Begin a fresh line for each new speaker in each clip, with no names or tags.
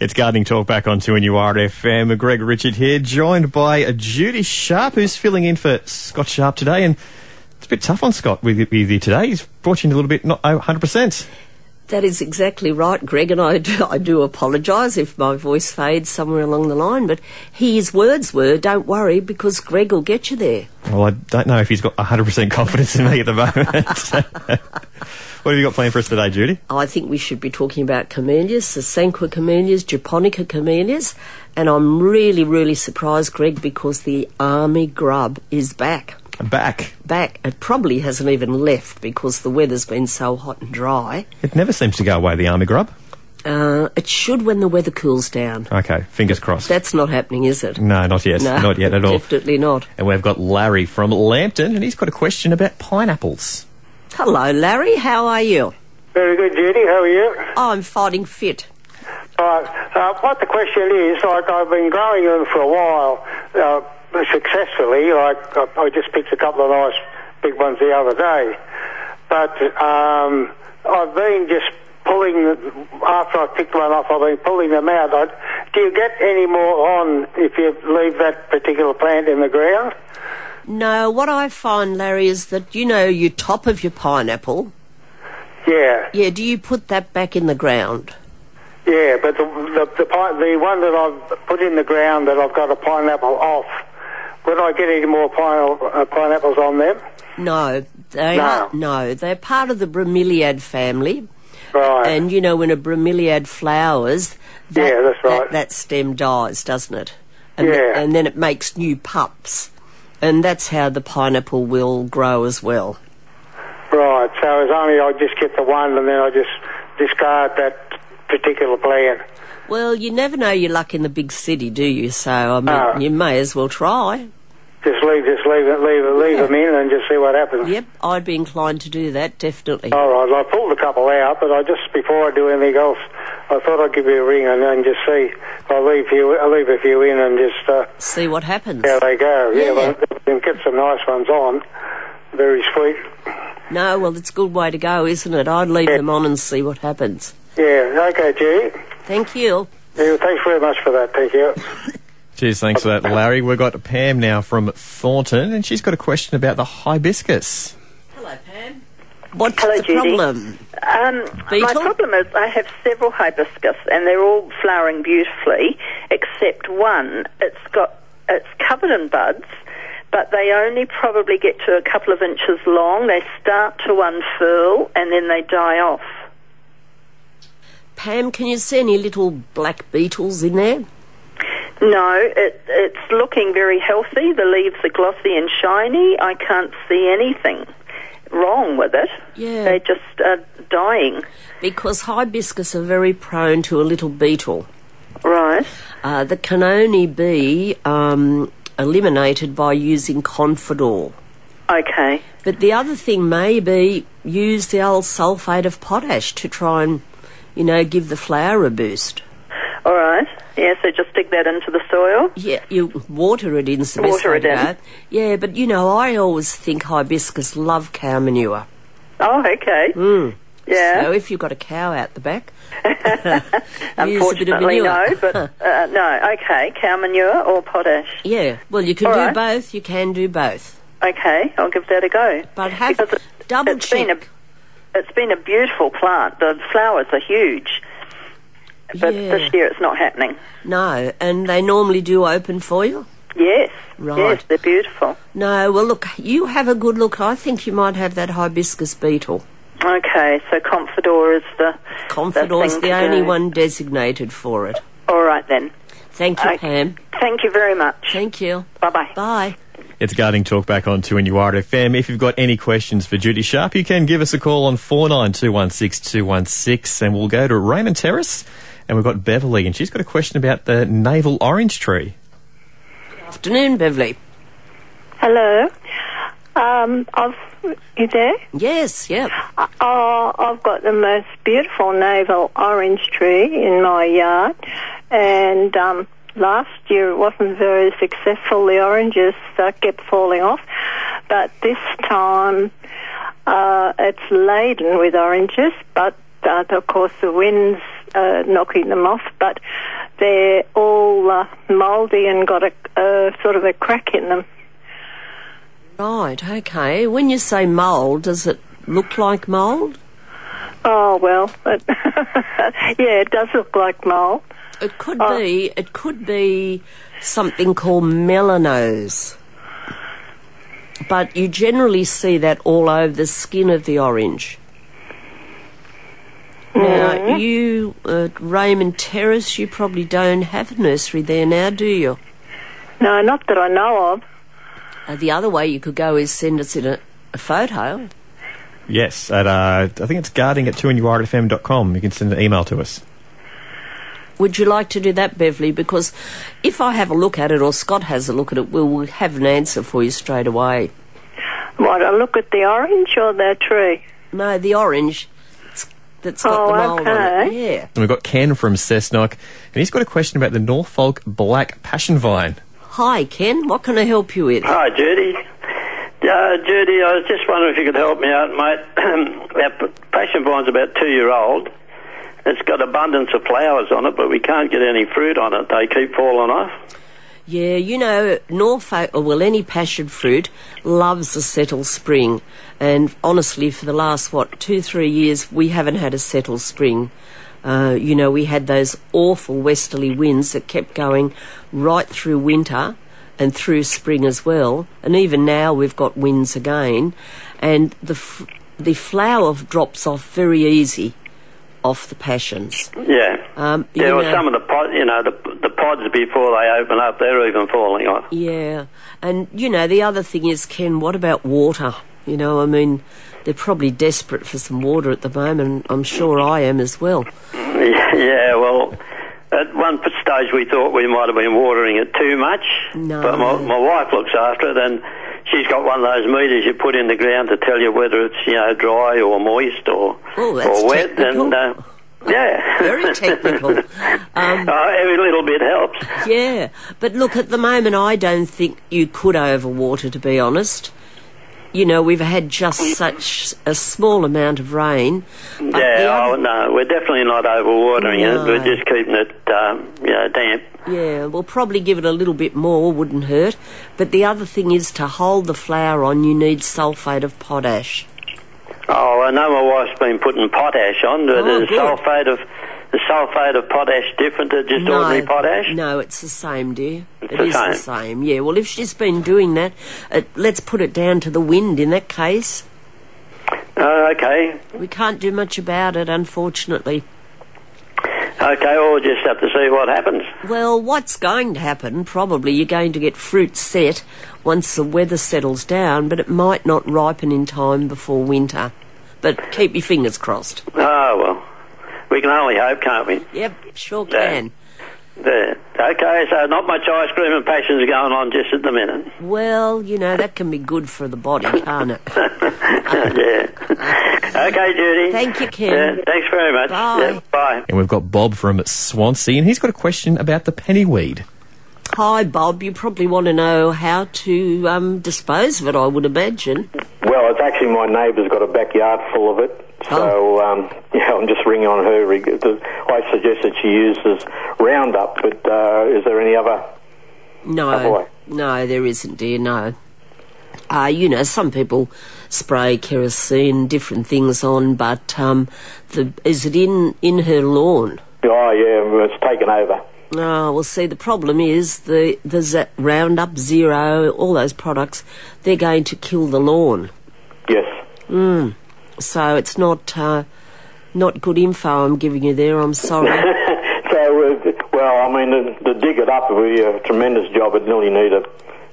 It's Gardening Talk back on 2NURFM. Greg Richard here, joined by uh, Judy Sharp, who's filling in for Scott Sharp today. And it's a bit tough on Scott with, with you today. He's brought you in a little bit, not 100%.
That is exactly right, Greg, and I do, I do apologise if my voice fades somewhere along the line, but his words were, don't worry, because Greg will get you there.
Well, I don't know if he's got 100% confidence in me at the moment. What have you got planned for us today, Judy?
I think we should be talking about camellias, the Sanqua camellias, Japonica camellias, and I'm really, really surprised, Greg, because the army grub is back.
Back.
Back. It probably hasn't even left because the weather's been so hot and dry.
It never seems to go away, the army grub.
Uh, it should when the weather cools down.
Okay, fingers crossed.
That's not happening, is it?
no, not yet.
No,
not yet at all.
Definitely not.
And we've got Larry from Lambton, and he's got a question about pineapples.
Hello, Larry. How are you?
Very good, Judy. How are you?
I'm fighting fit.
Right. Uh, what the question is, like I've been growing them for a while uh, successfully. Like I, I just picked a couple of nice big ones the other day, but um, I've been just pulling the, after I picked one off. I've been pulling them out. I, do you get any more on if you leave that particular plant in the ground?
No, what I find, Larry, is that you know your top of your pineapple.
Yeah,
Yeah, do you put that back in the ground?
yeah. But the the the, pi- the one that I've put in the ground that I've got a pineapple off. Would I get any more pine, uh, pineapples on them?
No, they
No.
are no. They're part of the bromeliad family.
Right.
And you know when a bromeliad flowers, that,
Yeah, that's right.
That, that stem dies, doesn't it? And th-
Yeah.
and then it makes new pups, and that's how the pineapple will grow as well.
Right. So it's only I just get the one, and then I just discard that particular plant.
Well, you never know your luck in the big city, do you? So I mean,
Ah.
No.
you may as well try.
Just leave, just leave it, leave it, leave them in, and just see what happens.
Yep, I'd be inclined to do that definitely.
Oh.
All right. I pulled a couple out, but I just before I do anything else, I thought I'd give you a ring and, and just see. I leave few, I leave a few in, and just uh,
See what happens.
how they go.
Yeah.
but then get some nice ones on. Very sweet.
No, well, it's a good way to go, isn't it? I'd leave them on and see what happens.
Yeah. Okay, Judy.
Thank you.
Yeah, thanks very much for that. Thank you.
Cheers, thanks for that, Larry. We've got Pam now from Thornton, and she's got a question about the hibiscus.
Hello, Pam. What's
Hello,
the
Judy.
problem?
Um, my
Beetle?
problem is I have several hibiscus and they're all flowering beautifully, except one. It's got it's covered in buds, but they only probably get to a couple of inches long. They start to unfurl and then they die off.
Pam, can you see any little black beetles in there?
No, it, it's looking very healthy. The leaves are glossy and shiny. I can't see anything wrong with it.
Yeah.
They just are dying.
Because hibiscus are very prone to a little beetle
Right.
uh, that can only be um, eliminated by using Confidor.
Okay.
But the other thing may be use the old sulphate of potash to try and, you know, give the flower a boost.
All right. Yeah, so just dig that into the soil.
Yeah, you water it in's the best
Water
way
it
to
in.
go. Yeah, but you know, I always think hibiscus love cow manure.
Oh, okay.
Hmm.
Yeah.
So if you've got a cow out the back, use a bit of
Unfortunately,
manure.
no, but uh, no. Okay, cow manure or potash.
Yeah, well, you can
All
do
right.
both. You can do both.
Okay, I'll give that a go.
But have-
Because it,
double
it's been a-
check.
it's been a beautiful plant. The flowers are huge, but
Yeah.
this year it's not happening.
No, and they normally do open for you.
Yes,
Right.
yes, they're beautiful.
No, well, look, you have a good look. I think you might have that hibiscus beetle.
Okay, so Confidor is the
Confidor's
thing
the
to
only
do.
one designated for it.
All right then.
Thank you,
Okay.
Pam.
Thank you very much.
Thank you.
Bye-bye.
Bye.
It's Gardening Talk back on 2NURFM. If you've got any questions for Judy Sharp, you can give us a call on 49216216, and we'll go to Raymond Terrace, and we've got Beverly, and she's got a question about the navel orange tree.
Afternoon, Beverly.
Hello. Um, I've you there?
Yes, yep.
Oh, I've got the most beautiful navel orange tree in my yard, and um, last year it wasn't very successful. The oranges uh, kept falling off, but this time uh, it's laden with oranges. But uh, of course, the winds
uh, knocking them off, but they're all uh, mouldy and got a uh, sort of a crack in them.
Right, okay. When you say mould, does it look like mould?
Oh well, but yeah, it does look like mold.
It could
Uh,
be. It could be something called melanose. But you generally see that all over the skin of the orange.
Mm-hmm.
Now, you at Raymond Terrace, you probably don't have a nursery there now, do you?
No, not that I know of.
Uh, the other way you could go is send us in a, a photo.
Yes, at uh, I think it's guarding at 2nurfm.com. You can send an email to us.
Would you like to do that, Beverly? Because if I have a look at it or Scott has a look at it, we'll, we'll have an answer for you straight away.
What I look at the orange or the tree?
No, the orange it's- that's got
Oh,
the mould on it.
okay.
Yeah.
And we've got Ken from Cessnock, and he's got a question about the Norfolk Black Passion Vine.
Hi, Ken. What can I help you with?
Hi, Judy. Uh, Judy, I was just wondering if you could help me out, mate. Our p- passion vine's about two year old. It's got abundance of flowers on it, but we can't get any fruit on it. They keep falling off.
Yeah, you know, Norfolk, or well, any passion fruit loves a settled spring. And honestly, for the last, what, two, three years, we haven't had a settled spring. Uh, you know, we had those awful westerly winds that kept going right through winter and through spring as well. And even now we've got winds again. And the, f- the flower drops off very easy off the passions.
Yeah.
Um, you
yeah, well,
know-
some of the pod, you know, the, the pods before they open up, they're even falling off.
Yeah, and you know the other thing is, Ken. What about water? You know, I mean, they're probably desperate for some water at the moment. I'm sure I am as well.
Yeah, well, at one stage we thought we might have been watering it too much.
No.
But my, my wife looks after it, and she's got one of those meters you put in the ground to tell you whether it's you know dry or moist or
Oh, that's
or wet.
technical.
And uh, yeah,
Very technical. Um, Uh,
Oh, every little bit helps.
yeah, but look, at the moment, I don't think you could overwater. To be honest, you know, we've had just such a small amount of rain. But the
Yeah,
other-
oh, no, we're definitely not overwatering
No.
it. We're just keeping it, um, you know, damp.
Yeah, well, probably give it a little bit more wouldn't hurt. But the other thing is to hold the flower on, you need sulphate of potash.
Oh, I know my wife's been putting potash on. But
Oh,
is
good.
sulphate of is sulphate of potash different to just ordinary potash?
No, it's the same, dear. It's
the
the same. Yeah. Well, if she's been doing that, it, let's put it down to the wind. In that case,
Oh, okay.
we can't do much about it, unfortunately.
Okay, well, we'll just have to see what happens.
Well, what's going to happen? Probably you're going to get fruit set once the weather settles down, but it might not ripen in time before winter. But keep your fingers crossed.
Oh, well. We can only hope, can't we?
Yep, sure can.
There. Okay, so not much ice cream and passions going on just at the minute.
Well, you know, that can be good for the body, can't it?
yeah. Okay, Judy.
Thank you, Ken.
Yeah, thanks very much.
Bye.
Yeah, bye.
And we've got Bob from Swansea, and he's got a question about the pennyweed.
Hi, Bob. You probably want to know how to um, dispose of it, I would imagine.
Well, it's actually my neighbour's got a backyard full of it. So, um, yeah, I'm just ringing on her. reg- the- I suggest that she uses Roundup, but uh, is there any other?
No,
Ahoy.
no, there isn't, dear. No. Uh, you know, some people spray kerosene, different things on, but um, the, is it in, in her lawn?
Oh, yeah, well, it's taken over.
Oh, well, see, the problem is the, the Z- Roundup Zero, all those products, they're going to kill the lawn.
Yes.
So it's not uh, not good info I'm giving you there. I'm sorry.
So, uh, well, I mean, to, to dig it up would be a tremendous job. It really need a,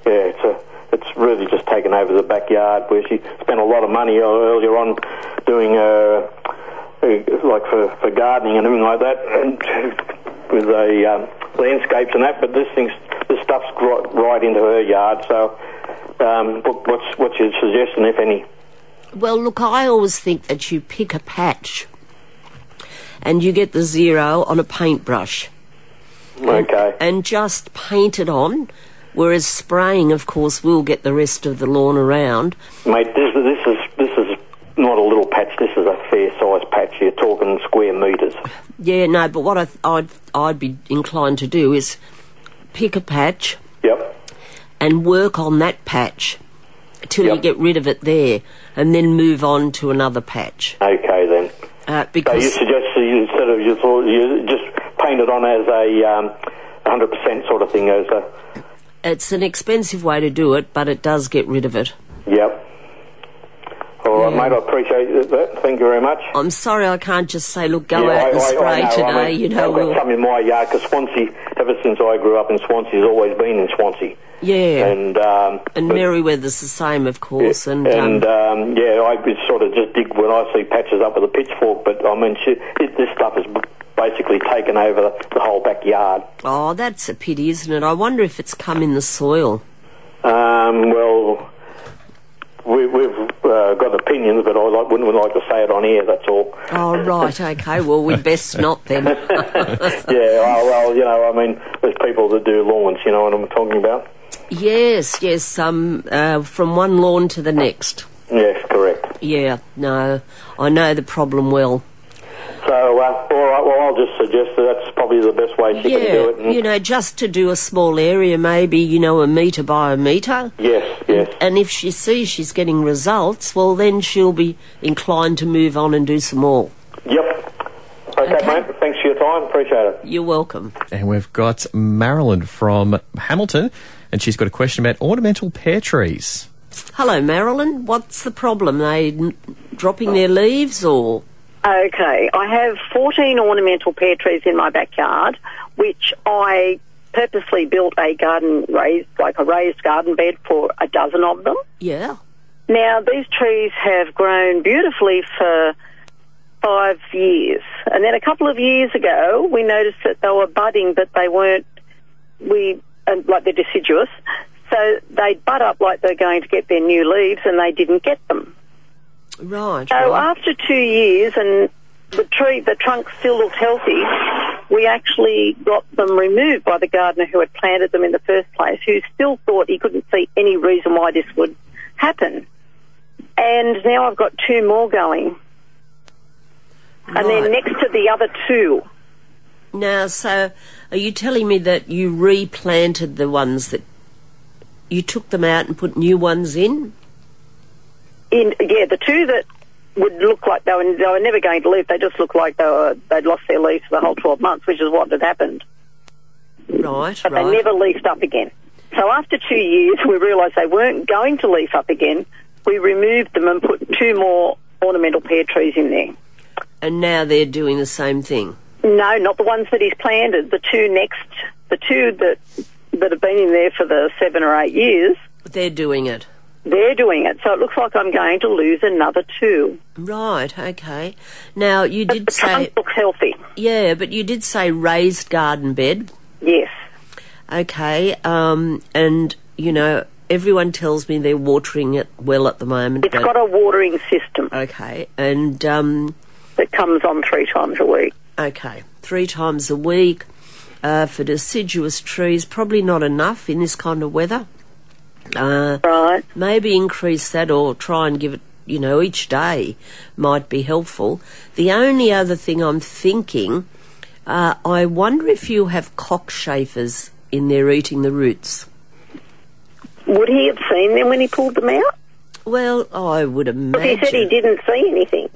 yeah, it's a, it's really just taken over the backyard where she spent a lot of money ear- earlier on doing, uh, uh, like for, for gardening and everything like that, and with the um, landscapes and that. But this thing's, this stuff's right, right into her yard. So, um, what, what's what's your suggestion, if any?
Well, look, I always think that you pick a patch and you get the zero on a paintbrush
Okay.
and just paint it on, whereas spraying, of course, will get the rest of the lawn around.
Mate, this, this is this is not a little patch. This is a fair fair sized patch. You're talking square metres.
Yeah, no, but what I th- I'd, I'd be inclined to do is pick a patch
Yep.
and work on that patch till you
Yep.
get rid of it there and then move on to another patch.
Okay then.
Uh,
So
because
you suggest you, instead of you thought you just paint it on as a um, 100% sort of thing as a
it's an expensive way to do it, but it does get rid of it.
yep. All right, mate. I appreciate that. Thank you very much.
I'm sorry I can't just say, look, go
Yeah,
out
I-
and
I- I
spray
know. I
today,
mean,
you know,
I've got
we'll,
some in my yard because Swansea, ever since I grew up in Swansea, has always been in Swansea.
yeah. And,
And um, but-
Merriweather's the same, of course, and,
and
um,
um, yeah, I would sort of just dig when I see patches up with a pitchfork. But I mean, shit, it, this stuff has b- basically taken over the whole backyard.
oh, that's a pity, isn't it? I wonder if it's come in the soil.
Um, well, we, we've uh, got opinions, but I like, wouldn't like to say it on air. That's all.
Oh, right, okay, well, we'd best not then.
yeah, oh, well, you know, I mean, there's people that do lawns. You know what I'm talking about?
yes, yes, um, uh, from one lawn to the next.
Yes, correct.
Yeah, no, I know the problem well.
So, uh, all right, well, I'll just suggest that that's probably the best way she can do it.
Yeah,
And
you know, just to do a small area, maybe, you know, a metre by a metre.
yes, yes.
And if she sees she's getting results, well, then she'll be inclined to move on and do some more.
Yep. Okay,
Okay.
mate, thanks for your time. Appreciate it.
You're welcome.
And we've got Marilyn from Hamilton, and she's got a question about ornamental pear trees.
Hello, Marilyn. What's the problem? They n- dropping their leaves or?
Okay, I have 14 ornamental pear trees in my backyard, which I purposely built a garden raised, like a raised garden bed for a dozen of them.
Yeah.
Now, these trees have grown beautifully for five years. And then a couple of years ago, we noticed that they were budding, but they weren't, we, and like they're deciduous. So they bud up like they're going to get their new leaves and they didn't get them.
Right.
So uh,
right.
after two years, and the tree, the trunk still looked healthy. We actually got them removed by the gardener who had planted them in the first place, who still thought he couldn't see any reason why this would happen. And now I've got two more going, and
Right.
they're next to the other two.
now, so are you telling me that you replanted the ones that you took them out and put new ones in?
In yeah, the two that would look like they were, they were never going to leave. They just looked like they were, they'd lost their leaves for the whole twelve months, which is what had happened.
Right.
but
right.
they never leafed up again. So after two years, we realised they weren't going to leaf up again. We removed them and put two more ornamental pear trees in there.
and now they're doing the same thing.
No, not the ones that he's planted. The two next, the two that that have been in there for the seven or eight years,
They're doing it.
they're doing it. So it looks like I'm going to lose another two.
Right. Okay. Now you
But um,
did
the
say
trunk looks healthy.
yeah, but you did say raised garden bed.
Yes.
Okay, um, and you know, everyone tells me they're watering it well at the moment.
It's
but-
got a watering system
okay, and um,
that comes on three times a week.
okay, three times a week uh, for deciduous trees, probably not enough in this kind of weather. Uh,
Right.
maybe increase that or try and give it, you know, each day might be helpful. The only other thing I'm thinking, uh, I wonder if you have cockchafers in there eating the roots.
Would he have seen them when he pulled them out?
Well, I would
He
imagine.
said he didn't see anything.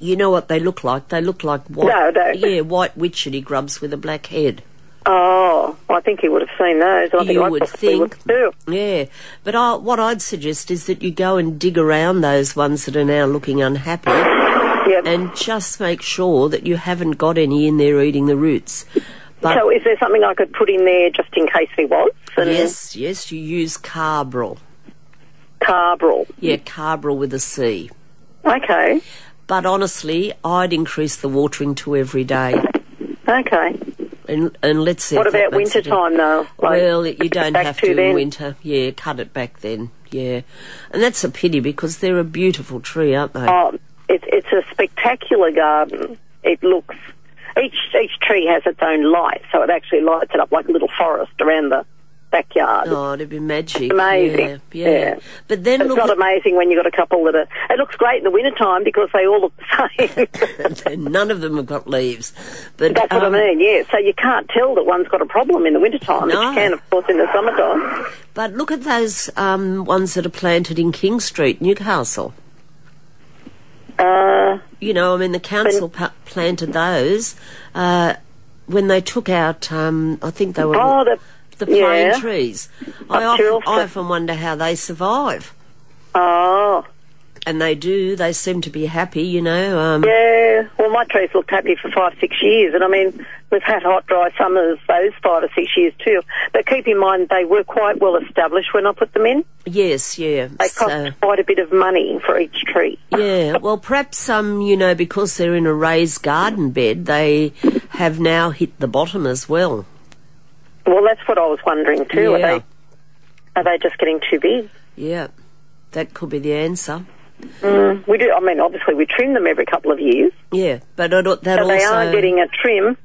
You know what they look like? They look like white.
No, they-
Yeah, white witchetty grubs with a black head.
Oh, I think he would have seen those. I think
you
I
would
possibly
think.
would too.
Yeah, but I, what I'd suggest is that you go and dig around those ones that are now looking unhappy,
Yep.
and just make sure that you haven't got any in there eating the roots. But
so, is there something I could put in there just in case he was? And
yes, yes, you use carbrel.
Carbrel.
Yeah, carbrel with a C.
Okay.
But honestly, I'd increase the watering to every day,
Okay.
and and let's see.
What
if that
about
makes a
winter time
difference.
though? Like,
well, you
cut it
don't
back
have to in
then?
winter. Yeah, cut it back then. Yeah, and that's a pity because they're a beautiful tree, aren't they?
Oh, it's it's a spectacular garden. It looks each each tree has its own light, so it actually lights it up like a little forest around the backyard.
Oh, it'd be magic.
Amazing.
Yeah. yeah.
Yeah.
But then
It's
look
not
at
amazing when you got a couple that are. It looks great in the wintertime because they all look the same.
none of them have got leaves. But
That's what
um,
I mean, yeah. So you can't tell that one's got a problem in the wintertime, which
No.
you can, of course, in the summertime.
But look at those um, ones that are planted in King Street, Newcastle.
Uh,
You know, I mean, the council pa- planted those uh, when they took out. Um, I think they were
oh, the,
the pine
yeah.
trees. I
Up
often, I
to Ilford.
often wonder how they survive,
oh,
and they do. They seem to be happy. You know. Um,
yeah. Well, my trees looked happy for five, six years. And I mean, we've had hot, dry summers those five or six years too. But keep in mind, they were quite well established when I put them in.
Yes. Yeah.
They cost quite a bit of money for each tree.
Yeah, well, perhaps some, you know, because they're in a raised garden bed, they have now hit the bottom as well.
Well, that's what I was wondering too. Are,
Yeah.
they, are they just getting too big?
Yeah, that could be the answer.
Mm, we do. I mean, obviously, we trim them every couple of years.
Yeah, but it, that
So
also
they are getting a trim.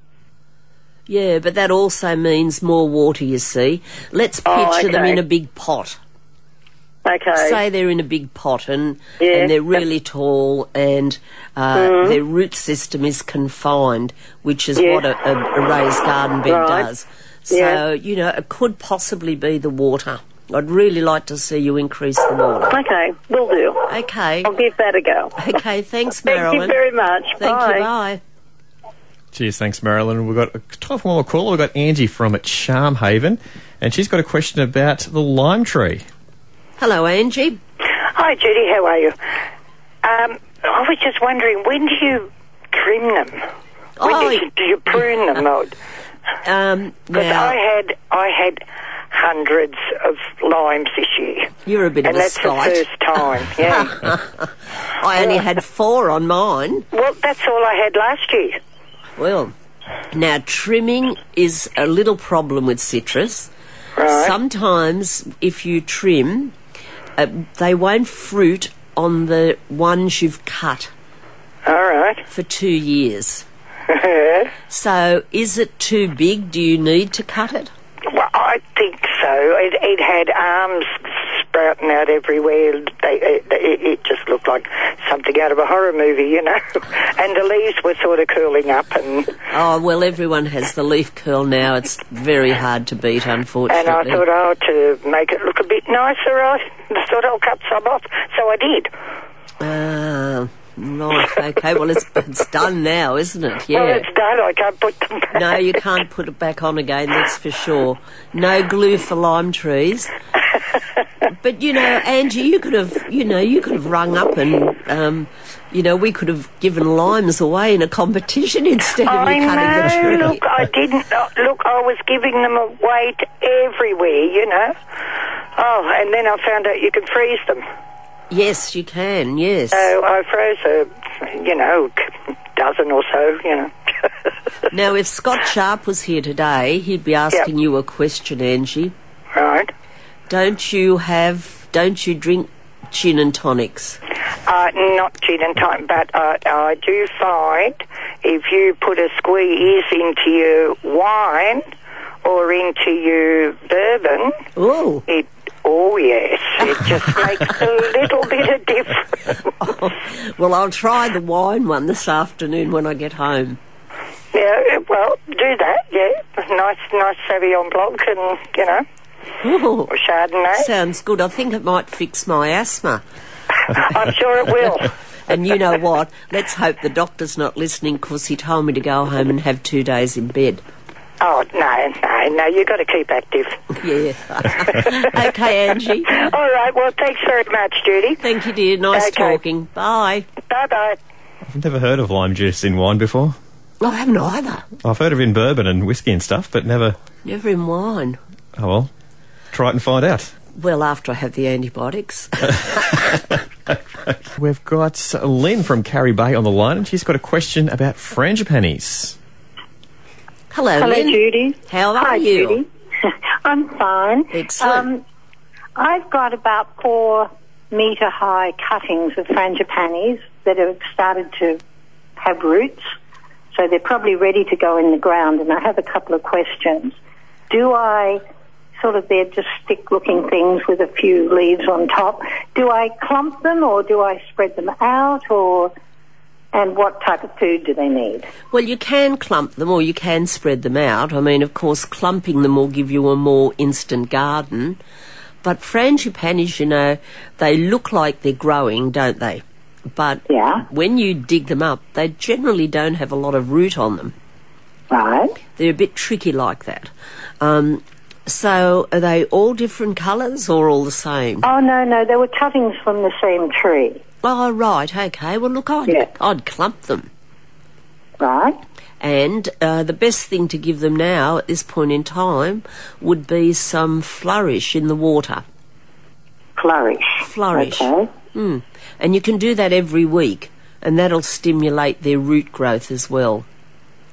yeah, but that also means more water. You see, let's picture
Oh,
them
okay.
in a big pot.
Okay.
Say they're in a big pot and
Yeah. Mm-hmm.
and they're really tall and uh, their root system is confined, which is
Yeah.
what a, a, a raised garden bed
Right.
does. So
Yeah.
you know, it could possibly be the water. I'd really like to see you increase the water.
Okay, will do.
Okay.
I'll give that a go.
Okay. Thanks,
Thank
Marilyn.
you very much.
Thank
Bye.
you. Bye.
Cheers, thanks, Marilyn. We've got a time for one more caller. We've got Angie from at Charm Haven, and she's got a question about the lime tree.
Hello, Angie.
Hi, Judy. How are you? Um, I was just wondering, when do you trim them? When
Oh,
do, you, do you prune them? Because
Um,
I
now
had I had hundreds of limes this year,
you're a bit
and
of a
that's
skite.
the first time. Yeah.
I only had four on mine.
well, that's all I had last year.
Well, now trimming is a little problem with citrus. Sometimes, if you trim, uh, they won't fruit on the ones you've cut
All right.
for two years. so, is it too big? Do you need to cut it?
Well, I think so. It, it had arms sprouting out everywhere. They, it, it, it just looked like something out of a horror movie, you know. and the leaves were sort of curling up, and
Oh, well, everyone has the leaf curl now. It's very hard to beat,
and
unfortunately.
I thought, oh, to make it look a bit nicer, I thought I'll cut some off. So I did.
Ah, right, okay. Well, it's, it's done now, isn't it? Yeah.
Well, it's done. I can't put them back.
No, you can't put it back on again, that's for sure. No glue for lime trees. But you know, Angie, you could have, you know, you could have rung up and, um, you know, we could have given limes away in a competition instead of
I
you cutting the
know.
tree.
Look, I didn't. uh, Look, I was giving them away to everywhere, you know. Oh, and then I found out you can freeze them.
Yes, you can. Yes.
So I froze a, you know, dozen or so, you know.
now, if Scott Sharp was here today, he'd be asking you a question, Angie.
right.
Don't you have? Don't you drink gin and tonics?
Uh, not gin and tonic, but uh, I do find if you put a squeeze into your wine or into your bourbon,
Oh.
it, oh yes, it just makes a little bit of difference.
Well, I'll try the wine one this afternoon when I get home.
Yeah, well, do that, yeah. Nice, nice Savion Blanc and, you know,
Ooh,
or Chardonnay.
sounds good. I think it might fix my asthma.
I'm sure it will.
And you know what? Let's hope the doctor's not listening because he told me to go home and have two days in bed.
Oh, no, no, no, you've got to keep active.
Yeah. okay, Angie.
All right. Well, thanks very much, Judy.
Thank you, dear. Nice
Okay.
talking. Bye.
Bye bye.
I've never heard of lime juice in wine before.
Oh, I haven't either.
I've heard of it in bourbon and whiskey and stuff, but never.
Never in wine.
Oh well, try it and find out.
Well, after I have the antibiotics.
We've got Lynn from Carrie Bay on the line, and she's got a question about frangipanis.
Hello,
Hello,
Lynn.
Judy.
How are
Hi,
you?
Judy. I'm fine.
Excellent.
Um, I've got about four metre high cuttings of frangipanis that have started to have roots, so they're probably ready to go in the ground. And I have a couple of questions. Do I sort of they're just stick looking things with a few leaves on top. Do I clump them or do I spread them out or and what type of food do they need?
Well, you can clump them or you can spread them out. I mean, of course, clumping them will give you a more instant garden. But frangipanis, you know, they look like they're growing, don't they? But
yeah.
when you dig them up, they generally don't have a lot of root on them.
Right.
They're a bit tricky like that. Um, so are they all different colours or all the same?
Oh no, no, they were cuttings from the same tree.
Oh, right, okay. Well, look, I'd,
Yeah.
I'd clump them.
Right.
And uh, the best thing to give them now at this point in time would be some flourish in the water.
Flourish.
Flourish.
Okay.
Mm. And you can do that every week, and that'll stimulate their root growth as well.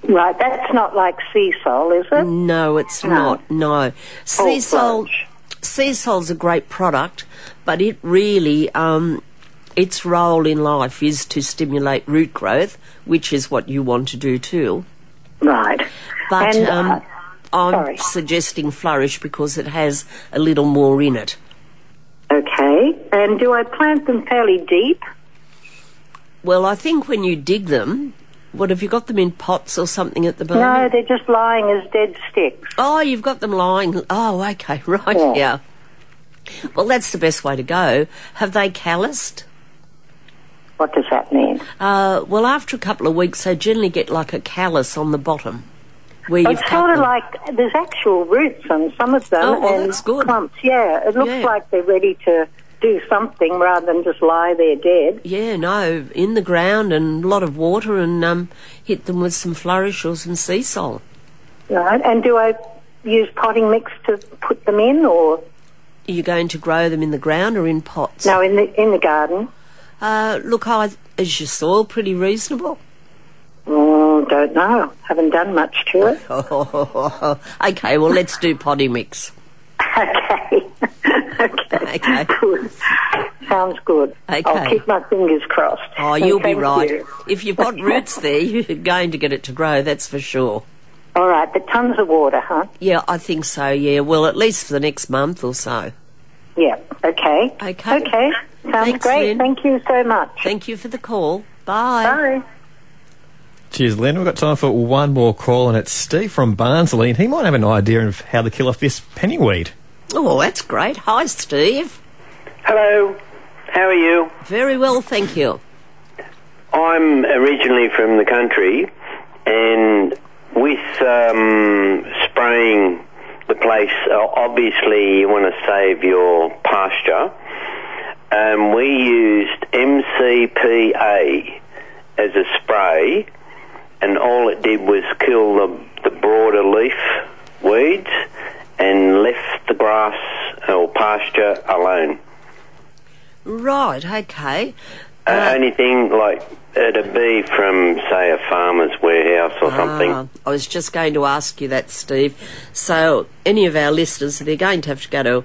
Right, that's not like sea salt, is it?
Mm.
No, it's not. No, sea salt. Sea salt's a great product, but it really, um, its role in life is to stimulate root growth, which is what you want to do too.
Right.
But
And,
um,
uh,
I'm
sorry.
suggesting flourish because it has a little more in it.
Okay. And do I plant them fairly deep?
Well, I think when you dig them, what have you got them in pots or something at the moment?
No, they're just lying as dead sticks.
Oh, you've got them lying. Oh, okay, right,
Yeah.
yeah. Well, that's the best way to go. Have they calloused?
What does that mean?
Uh, well, after a couple of weeks, they generally get like a callus on the bottom where you've
it's
cut
Oh, sort of
them.
like there's actual roots on some of them
Oh, well,
and
that's good.
clumps. Yeah, it looks
Yeah.
like they're ready to do something rather than just lie there dead.
yeah, no, in the ground and a lot of water, and um, hit them with some flourish or some sea salt.
Right. And do I use potting mix to put them in, or
Are you going to grow them in the ground or in pots?
no in the in the garden?
Uh, look, I, is your soil pretty reasonable?
Mm, don't know. Haven't done much to it.
okay, well, let's do potty mix.
okay. okay.
Okay.
Good. Sounds good. I'll
Okay.
keep my fingers crossed.
Oh,
And
you'll be
thank
right.
you.
If you've got roots there, you're going to get it to grow, that's for sure.
All right, but tons of water, huh?
Yeah, I think so, yeah. Well, at least for the next month or so.
Yeah. Okay.
Okay.
Okay. Sounds
Thanks,
great.
Lynn.
Thank you so much.
Thank you for the call. Bye.
Bye.
Cheers, Len. We've got time for one more call, and it's Steve from Barnsley, and he might have an idea of how to kill off this pennyweed.
Oh, that's great. Hi, Steve.
Hello, how are you?
Very well, thank you.
I'm originally from the country, and with um, spraying the place, uh, obviously you want to save your pasture. Um, we used MCPA as a spray, and all it did was kill the, the broader leaf weeds and left the grass or pasture alone.
Right, okay.
Uh, only thing like it'd be from say a farmer's warehouse or
Ah,
something.
I was just going to ask you that, Steve. So, any of our listeners, they're going to have to go to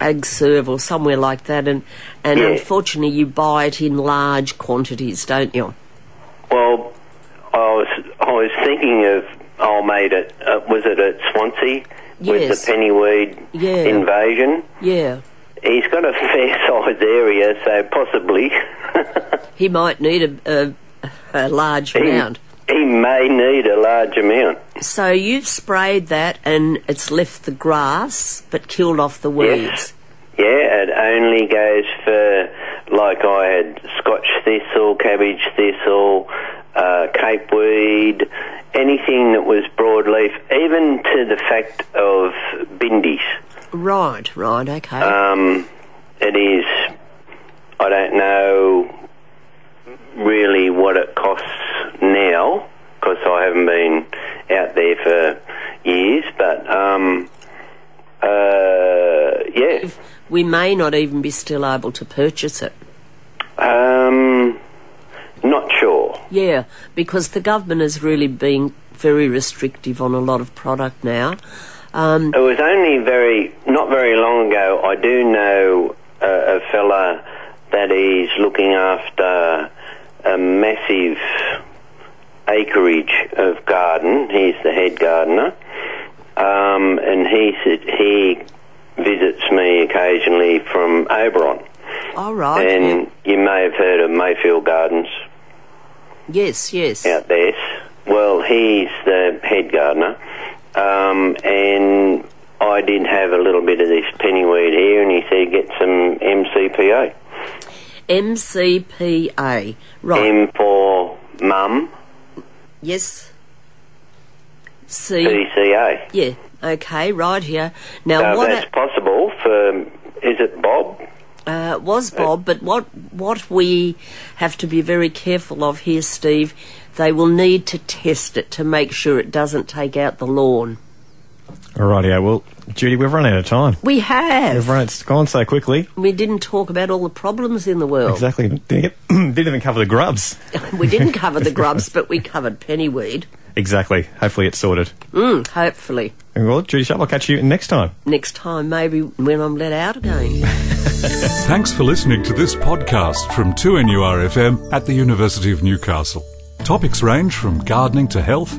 AgServe or somewhere like that, and, and
Yeah.
unfortunately, you buy it in large quantities, don't you?
Well, I was I was thinking of oh mate, it uh, was it at Swansea with
Yes.
the pennyweed
Yeah.
invasion.
Yeah.
He's got a fair sized area, so possibly
He might need a, a, a large amount.
he may need a large amount.
So you've sprayed that and it's left the grass but killed off the weeds.
Yeah, it only goes for like I had Scotch thistle, cabbage thistle, uh, capeweed, anything that was broadleaf, even to the fact of bindies.
Right, right, okay.
Um, it is, I don't know really what it costs now because I haven't been out there for years, but um, uh, yeah.
we may not even be still able to purchase it.
Um, not sure.
Yeah, because the government is really being very restrictive on a lot of product now. Um,
It was only very, not very long ago. I do know uh, a, a fella that is looking after a massive acreage of garden. He's the head gardener. Um, um, and he sit, he visits me occasionally from Oberon.
All right.
And you may have heard of Mayfield Gardens
Yes, yes.
out there. Well, he's the head gardener, um, and I did have a little bit of this pennyweed here, and he said get some MCPA.
MCPA. Right.
M for mum,
yes. C.
PCA.
Yeah. Okay. Right here. Now,
so
what
that's possible for, is it Bob?
Uh, was Bob, but what what we have to be very careful of here, Steve, they will need to test it to make sure it doesn't take out the lawn.
Alrighty, well, Judy, we've run out of time.
We have.
We've run, it's gone so quickly.
We didn't talk about all the problems in the world.
Exactly. Didn't, get- didn't even cover the grubs.
We didn't cover the grubs, but we covered pennyweed.
Exactly. Hopefully it's sorted.
Mm, hopefully.
And well, Judy Sharp, I'll catch you next time.
Next time, maybe when I'm let out again.
Thanks for listening to this podcast from 2NURFM at the University of Newcastle. Topics range from gardening to health,